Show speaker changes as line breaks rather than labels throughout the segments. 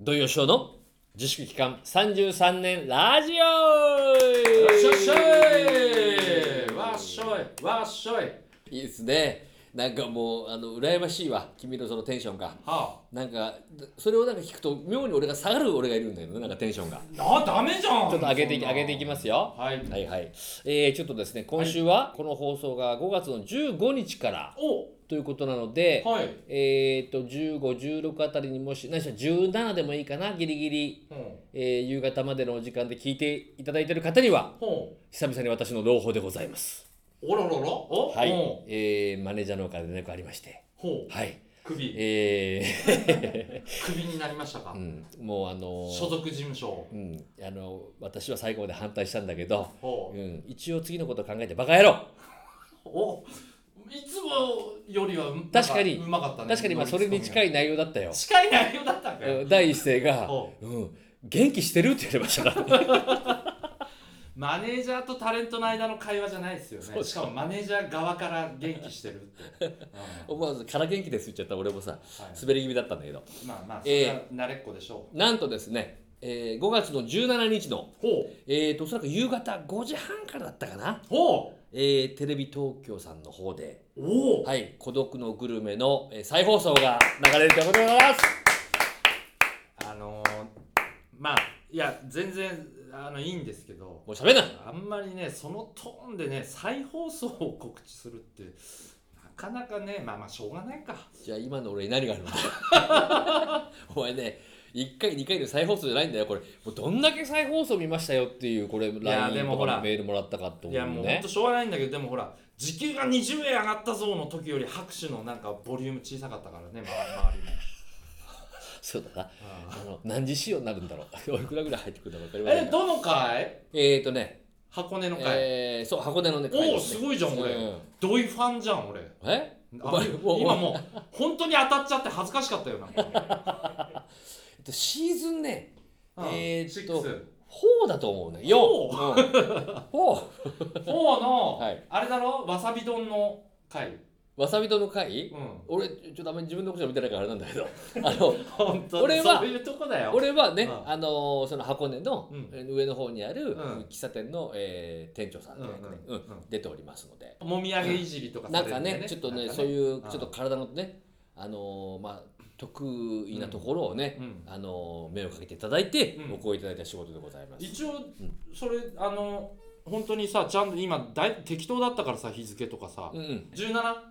土曜ショーの自粛期間33年ラジオ
わっしょいしょいわっしょいわっしょい
いいですねなんかもうあの羨ましいわ君のそのテンションが
は
なんかそれをなんか聞くと妙に俺が下がる俺がいるんだけどねなんかテンションが
あ、あダメじゃん
ちょっと上げていき
そんな
上げていきますよ
はい
はいはいえー、ちょっとですね今週はこの放送が5月の15日から
お
ということなので、
はい、
えっと1516あたりにもしないしは17でもいいかなギリギリ
うん
えー夕方までのお時間で聞いていただいている方には
ほ
久々に私の朗報でございます。
うおらららお
はい
ほ、
えーマネージャーの方から連絡ありまして、
うほう
はい、
首
え ー
首になりましたか、
うん、もうあの
所属事務所
うん、あの私は最後まで反対したんだけど、
ほ
う、
うん
一応次のことを考えてバカ野郎
おいつもよりはう
確かに
なんうまかったね
確かにまあそれに近
い
い内容だったよ。
近い内容だったんだよ、
うん第一声が
ほ
「うん、元気してる?」って言われました から、
マネージャーとタレントの間の会話じゃないですよね
そう
しかもマネージャー側から元気してるって、うん
思わず「から元気です」言っちゃった俺もさ
はい
滑り気味だったんだけど
まあまあそ
ええ
れは慣れっこでしょ
なんとですね、えー5月の17日の「
う、ほう
えー、とおそらく夕方5時半からだったかな、
ほ
えーテレビ東京さんの方で
うおお、
「はい、孤独のグルメの」えー再放送が流れるということでございます
あのー、まあいや全然あのいいんですけど
もう喋んな
あんまりねそのトーンでね再放送を告知するってなかなかねまあまあしょうがないか
じゃあ今の俺に何があるの お前ね1回2回の再放送じゃないんだよこれもうどんだけ再放送見ましたよっていうこれ
やで
LINE
も
と
ほ
からのメールもらったかと
い
思
や
う
も
の
うほん
ね
としょうがないんだけどでもほら時給が20円上がったぞの時より拍手のなんかボリューム小さかったからね周り周りも
そうだな
あ
あ
あ
の何時仕様になるんだろう おいくらぐらい入ってくるのか分かりません
え
が
どの回
えっ、ー、とね、
箱根の回、
えー、そう箱根のね
おー
会です
ごいじゃん俺
うん
ドイファンじゃん俺
えお
あ
前もう
今もう本当に当たっちゃって恥ずかしかったよなんか
えっとシーズンね
うん
えーっと
シック
4だと思うね4う
フスフォーの、
はい
あれだろわさび丼の回
ん、わさびとの会
うん
俺ちょっとあんまり自分のことじゃ見てないからあれなんだけ どあの
本当
俺は
そういうとこだよ
俺はね、
うん
あのーその箱根の
うん
上の方にある
ん
喫茶店の、えー店長さんで、ね
うんうん
うん出ておりますので、
もみあげいじりとか
な
さ
ん
れ
か
る
ねちょっとねそう
う
いう
うん
ちょっと体のねあのーまあ得意なところをね、
うん
あのー目をかけていただいて、
うん
お声いただいた仕事でございます。
一応
ん
それあの本当にさちゃんと今だい適当だったからさ日付とかさ
うんうん、
17は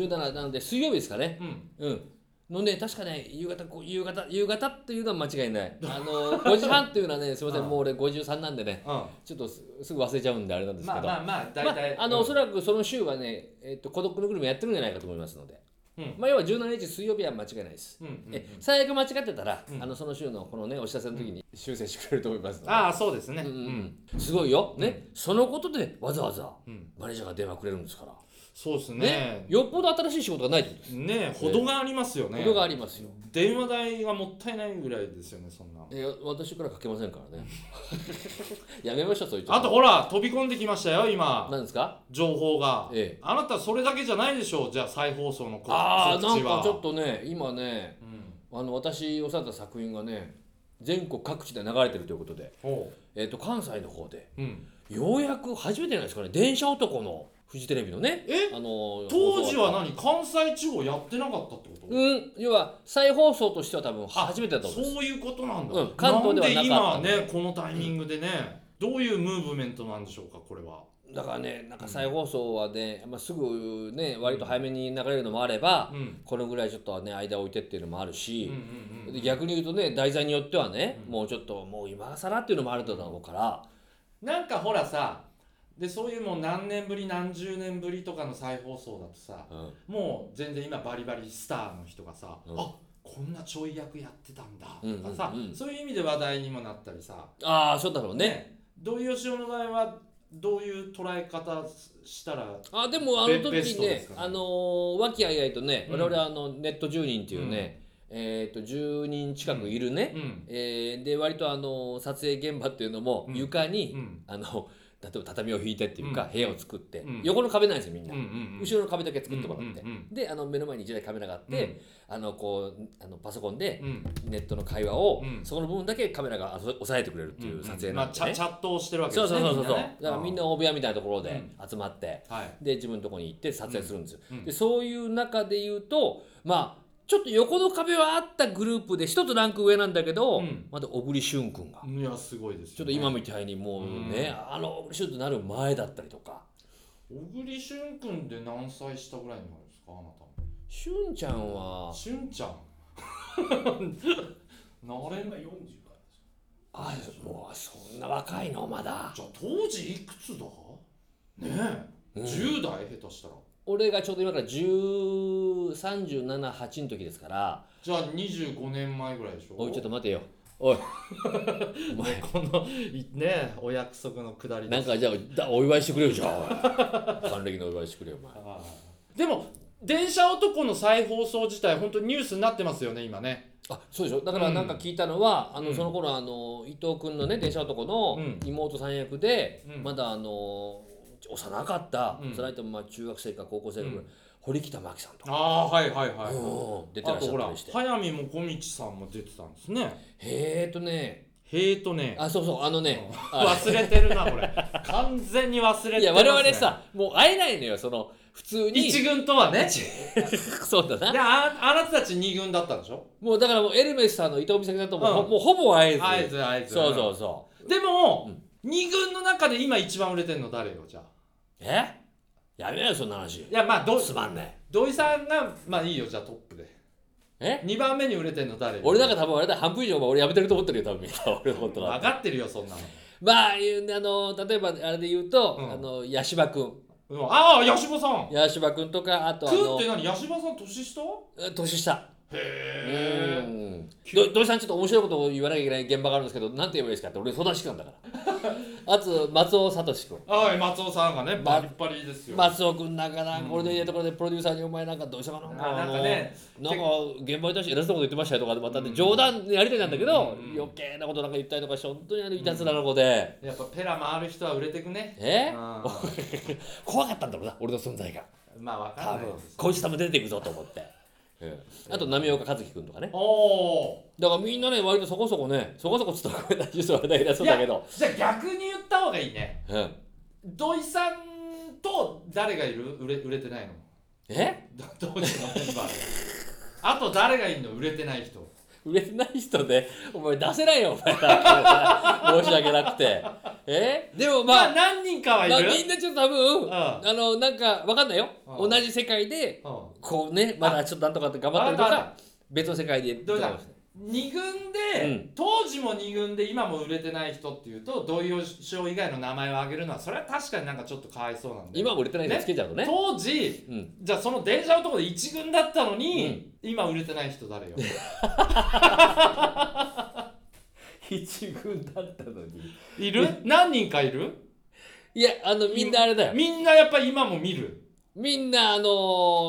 うん、17なので水曜日ですかね、
うん
うん。のね、確かね、夕方、こう夕方、夕方っていうのは間違いない。あの、5時 半っていうのはね、すみません、
うん
もう俺53なんでね、
うん
ちょっとすすぐ忘れちゃうんであれなんですけ
まあ
ど。
まあまあ大体
まああの、おそ
れ
らくその週はね、えっと、孤独のグルメやってるんじゃないかと思いますので。
うん
まあ、要は17日水曜日は間違いないです。
うんうん
え最悪間違ってたら、
うん
あのその週のこのねお知らせの時に修正してくれると思いますので、
ああそうですね
う
うん
うんんすごいよ、ねそのことでわざわざ
うん
マネージャーが電話くれるんですから、
そうです
ね
ね
よっぽど新しい仕事がないってことです
ねほどがありますよね
ことがありますよ
電話代がもったいないぐらいですよねそんなの
いや私からかけませんからね やめましょうそういう
あとほら飛び込んできましたよ今
何ですか
情報が、
ええ
あなたそれだけじゃないでしょうじゃあ再放送の告告知は
ああなんかちょっとね今ね
うん
あの私をされた作品がね全国各地で流れてるということで、
ほ
えっと関西の方で
ううん
ようやく初めてじゃないですかね「電車男」のフジテレビのね
え
あの
当時は
な
何関西地方やってなかったってこと、
うん要は再放送としては多分初めてだと思います
そういうことなんだ、
うん関東ではなかった
んで今ねこのタイミングでね、どういうムーブメントなんでしょうかこれは
だからねなんか再放送はね、まあ、すぐね割と早めに流れるのもあれば、
うん
このぐらいちょっとはね間を置いてっていうのもある
う
し
ん、うんうん
で逆に言うとね題材によってはね、
うん
もうちょっともう今更っていうのもあるだろうから
なんかほらさでそういうもう何年ぶり何十年ぶりとかの再放送だとさ
うん、
もう全然今バリバリスターの人がさ、
うん
あこんなちょい役やってたんだ
うん
とかさ、
うんうん
そういう意味で話題にもなったりさ
ああそうだろうね
土井善雄の場合はどういう捉え方したら
あでもあ
ベ
の
ベス
時
ト
ね
ですかね
あのー和気あいあいとね、
うん
我々あのネット10人っていうね、えっ、と10人近くいるね、
うん
えーで割とあのー撮影現場っていうのも
うん
床
う
に、
ん
あの例えば畳を引いてっていうか、
うん
部屋を作って、
うん
横の壁なんですよみんな、
ん
後ろの壁だけ作ってもらって、
うんうんうん
であの目の前に一台カメラがあって、あのこうあのパソコンで
うん
ネットの会話を、
うん
そこの部分だけカメラがあそ押さえてくれるっていう撮影な
まあ
んで
チ
すね、
ャチャットをしてるわけ
そ
で
う
す
そ
ね
うそうそう、
ね
だからみんな大部屋みたいなところで集まって、
はい
で自分のとこに行って撮影するんですよ、
うん
でそういう中で言うとまあちょっと横の壁はあったグループで一つランク上なんだけど、
うん
まだ小栗旬君が
いやすごいですよ
ちょっと今みたいにもうね、あの小栗旬となる前だったりとか
小栗旬君で何歳下ぐらいになるんですかあな
旬ちゃんは
た旬ちゃ んなれないじ
あもうそんな若いのまだ
ゃあ当時いくつだねえ、
うん
10代下手したら
俺がちょうど今から10378の時ですから
じゃあ25年前ぐらいでしょ
おいちょっと待てよおい お前
このいねお約束のくだり
なん
です
かじゃあだお祝いしてくれよじゃあおい還暦のお祝いしてくれよお前
あーでも電車男の再放送自体本当にニュースになってますよね今ね
あそうでしょだからなんか聞いたのは、あ
う
の
ん
その頃あの伊藤君のね電車男の
うん
妹さん役で、
うん
まだあの幼かった、
うん
それともまあ中学生か高校生かぐらい、
うん
堀北真希さんとか、
ああーはいはいはい、
うん出て
あ
らっ
と
しゃ
ほ
った
ら
りして
早見もこみちさんも出てたんですね
へえとね
へえとね
あそうそうあのね、あ
忘れてるなこれ完全に忘れてます、ね、
いや我々さもう会えないのよその普通に
一軍とはね
そうだな
でああなたたち二軍だったでしょ
もうだからもうエルメスさんの伊藤美咲さんとも,、
うん
もうほぼ会えず
あいつあいつ
そうそうそう
でも、
うん
二軍の中で今一番売れてんの誰よじゃあ
えやめなよそんな話
いやまあど
すまんね
土井さんがまあいいよじゃあトップで
え
二番目に売れてんの誰よ
俺なんか多分あれだ半分以上は俺やめてると思ってるよ多分みんな 俺のこと
分
は
かってるよそんなの
まあいうんであの例えばあれで言うと、
うん
あの八柴君
うんああ八柴さん
八柴君とかあとあ
くって
の
何八柴さん年下
年下
へえ
うんど土井さんちょっと面白いことを言わなきゃいけない現場があるんですけど何て言えばいいですかって俺相談してたんだから あと松尾聡君
はい松尾さんがね
ま
バリッバリですよ、
松尾君なんかな、
うん
俺の家のところでプロデューサーにお前なんかどうしたかな
あなんかね
もうなんか現場に対して偉そうなこと言ってましたよとかまたね、
うん
冗談でやりたいなんだけど、
うん
余計なことなんか言ったりとかして本当にあのいたずらな子で、
やっぱペラ回る人は売れてくね
え
うん
怖かったんだろうな俺の存在が
まあわか
多
んない
分
です
こいつ多分出ていくぞと思 って、うんあと波岡一樹君とかね
おお
だからみんなね割とそこそこねそこそこちょっと声出してはないなそうだけど、
じゃあ逆に言った方がいいね
うん、
土井さんと誰がいる売れ売れてないの
え
ど 当時のメンバーであと誰がいるの売れてない人
売れてない人でお前出せないよお前申し訳なくてえでも
ま
ま
あ
あ、
何人かはい
まあ、
る
みんなちょっと多分あ
う
のなんかわかんないよ同
うん
じ世界で
んうん
こうねまだちょっとなんとかって頑張ったりと
あああ
か別の世界で
どうだ二軍で、
うん
当時も二軍で今も売れてない人っていうと土井善以外の名前を挙げるのはそれは確かになんかちょっとかわいそうなんで
今も売れてない人つけちゃうとね
当時
うん
じゃあその電車男で一軍だったのに、今売れてない人誰 よ
一軍だったのに
いる何人かいる
いやあのみんなあれだよ
みんなやっぱ今も見る
みんなあの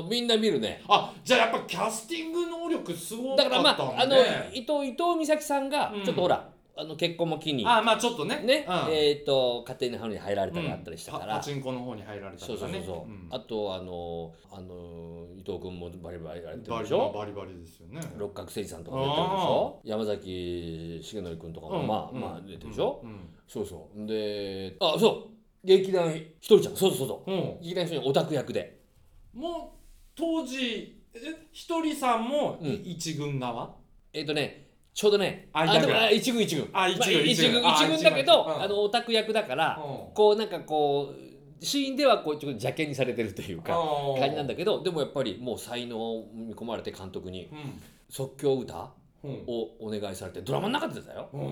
ーみんな見るね
あじゃあやっぱキャスティング能力すごか
だか
った
ら
ん
ま
だ、ね、
ああの伊藤伊藤美咲さんが
うん
ちょっとほら、あの結婚も機に
あまあちょっとね
ね、
うん
えっ、と家庭の花に入られ
う
た
ん
りあったりしたか
パ
ら、
パチンコの方に入られた
そ
と
うそ
か
うそ
ね
うそう、
ん
あとあのあの伊藤君もバリバリやってる
バ
で
リ
しょ
バリバリですよね
六角誠治さんとかも出てるでしょ山崎茂則君とかも、
うん
まあ、
うん
まあ出てるでしょ、
うん
そうそうであそう劇団ひとりちゃんそうそうそうそう
うん
劇団ひとりちゃんオタク役で
もう当時えひとりさんも
うん
一軍側、
えっ、とねちょうどね
あ
あ
いた
で
ぐ
も
らい
あ一軍一軍
あ一軍
まあ
一軍
一軍
あ
一軍だけ
一軍
ど
うん
あのオタク役だから、
うん
こうなんかこうシーンではこうちょっと邪険にされてるというか
あー
感じなんだけどでもやっぱりもう才能を見込まれて監督に即興歌
うんうん
をお願いされてドラマの中でだよ、
うんうん
う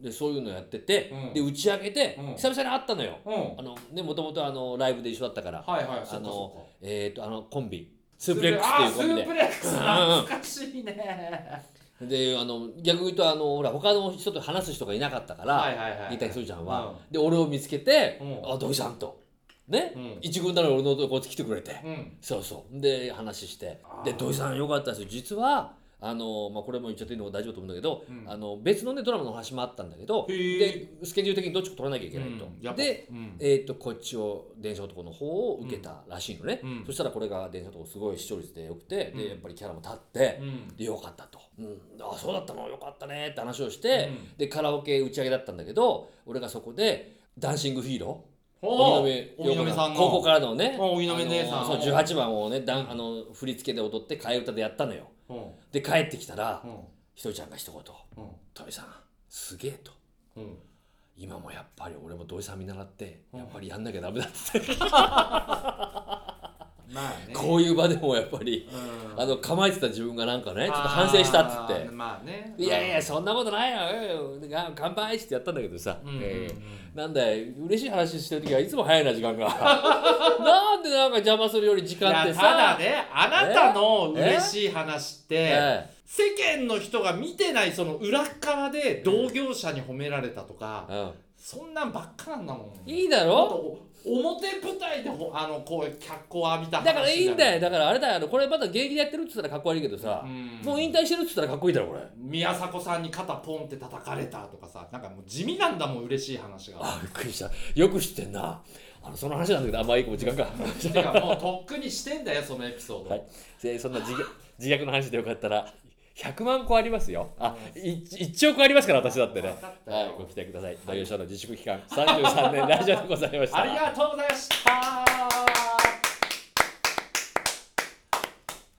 んでそういうのやってて、
うん
で打ち上げて、
うん
久々に会ったのよ
うん
あのねもともとあのライブで一緒だったから
はいはいそっかそ
あ
っか
のえっ、とあのコンビスープレックスっていうコンビで
あースープレック
う
ス
ん
懐かし いね
であの逆に言うとあのほら他の人と話す人がいなかったから、
はいはいはい
新田ひとりちゃんは、
う
で俺を見つけて「
うん
あ土井さん」とね、
うん
一軍なら俺のとこ来てくれて、
うん
そうそうで話して
あー
で土井さんよかったですよ実はあのまあ、これも言っちゃっていいの大丈夫と思うんだけど、
うん
あの別の、ね、ドラマの話もあったんだけど
へ
で
ー
スケジュール的にどっちか取らなきゃいけないと、
うんやっぱ
で、
うん
えー、とこっちを電車男の方を受けたらしいのね、
うん
そしたらこれが電車男すごい視聴率でよくて、
うん
でやっぱりキャラも立って
う、ん
でよかったと、うん、あそうだったのよかったねって話をして、
うん
でカラオケ打ち上げだったんだけど俺がそこで「ダンシングヒーロー」
おー
荻野目
荻野目さんの
高校からのね
お荻野目姉さん
あのそう18番をねダンあの振り付けで踊って替え歌でやったのよ
うん
で帰ってきたら
うん
ひとりちゃんが一言
うん
「土井さんすげえ」と。
うん
今もやっぱり俺も土井さん見習って
うん
やっぱりやんなきゃダメだって、
まあね
こういう場でもやっぱり
うん
あの構えてた自分がなんかねちょっと反省したっつって
あーまあね
いやいやそんなことないようんが乾杯ってやったんだけどさ、
うんうんうん
えーなんだよ嬉しい話してる時はいつも早いな時間が なんでなんか邪魔するより時
いや
間ってさ
ただねあなたの嬉しい話って
え
世間の人が見てないその裏側で同業者に褒められたとか
えうん
そんなんばっかなんだもん
いいだ
もっ
ろ
とお表舞台でほあのこう脚光を浴びた話
だからいいんだよ
よ
だからあれだよあのこれまだ現役でやってるって言ったらかっこ悪いけどさ、もう引退してるって言ったらかっこいいだろこれ
宮迫さんに肩ポンって叩かれたとかさなんかもう地味なんだもん嬉しい話が
あびっくりしたよく知ってんなあのその話なんだけどあまあいいかもう時間か
てかもうとっくにしてんだよそのエピソード、
はいでそんな自虐 自虐の話でよかったら100万個ありますよあ一1億ありますから私だってね
分かった
は
よ
い、ご期待ください。土曜社の自粛期間33年ラジオでございました。
ありがとうございました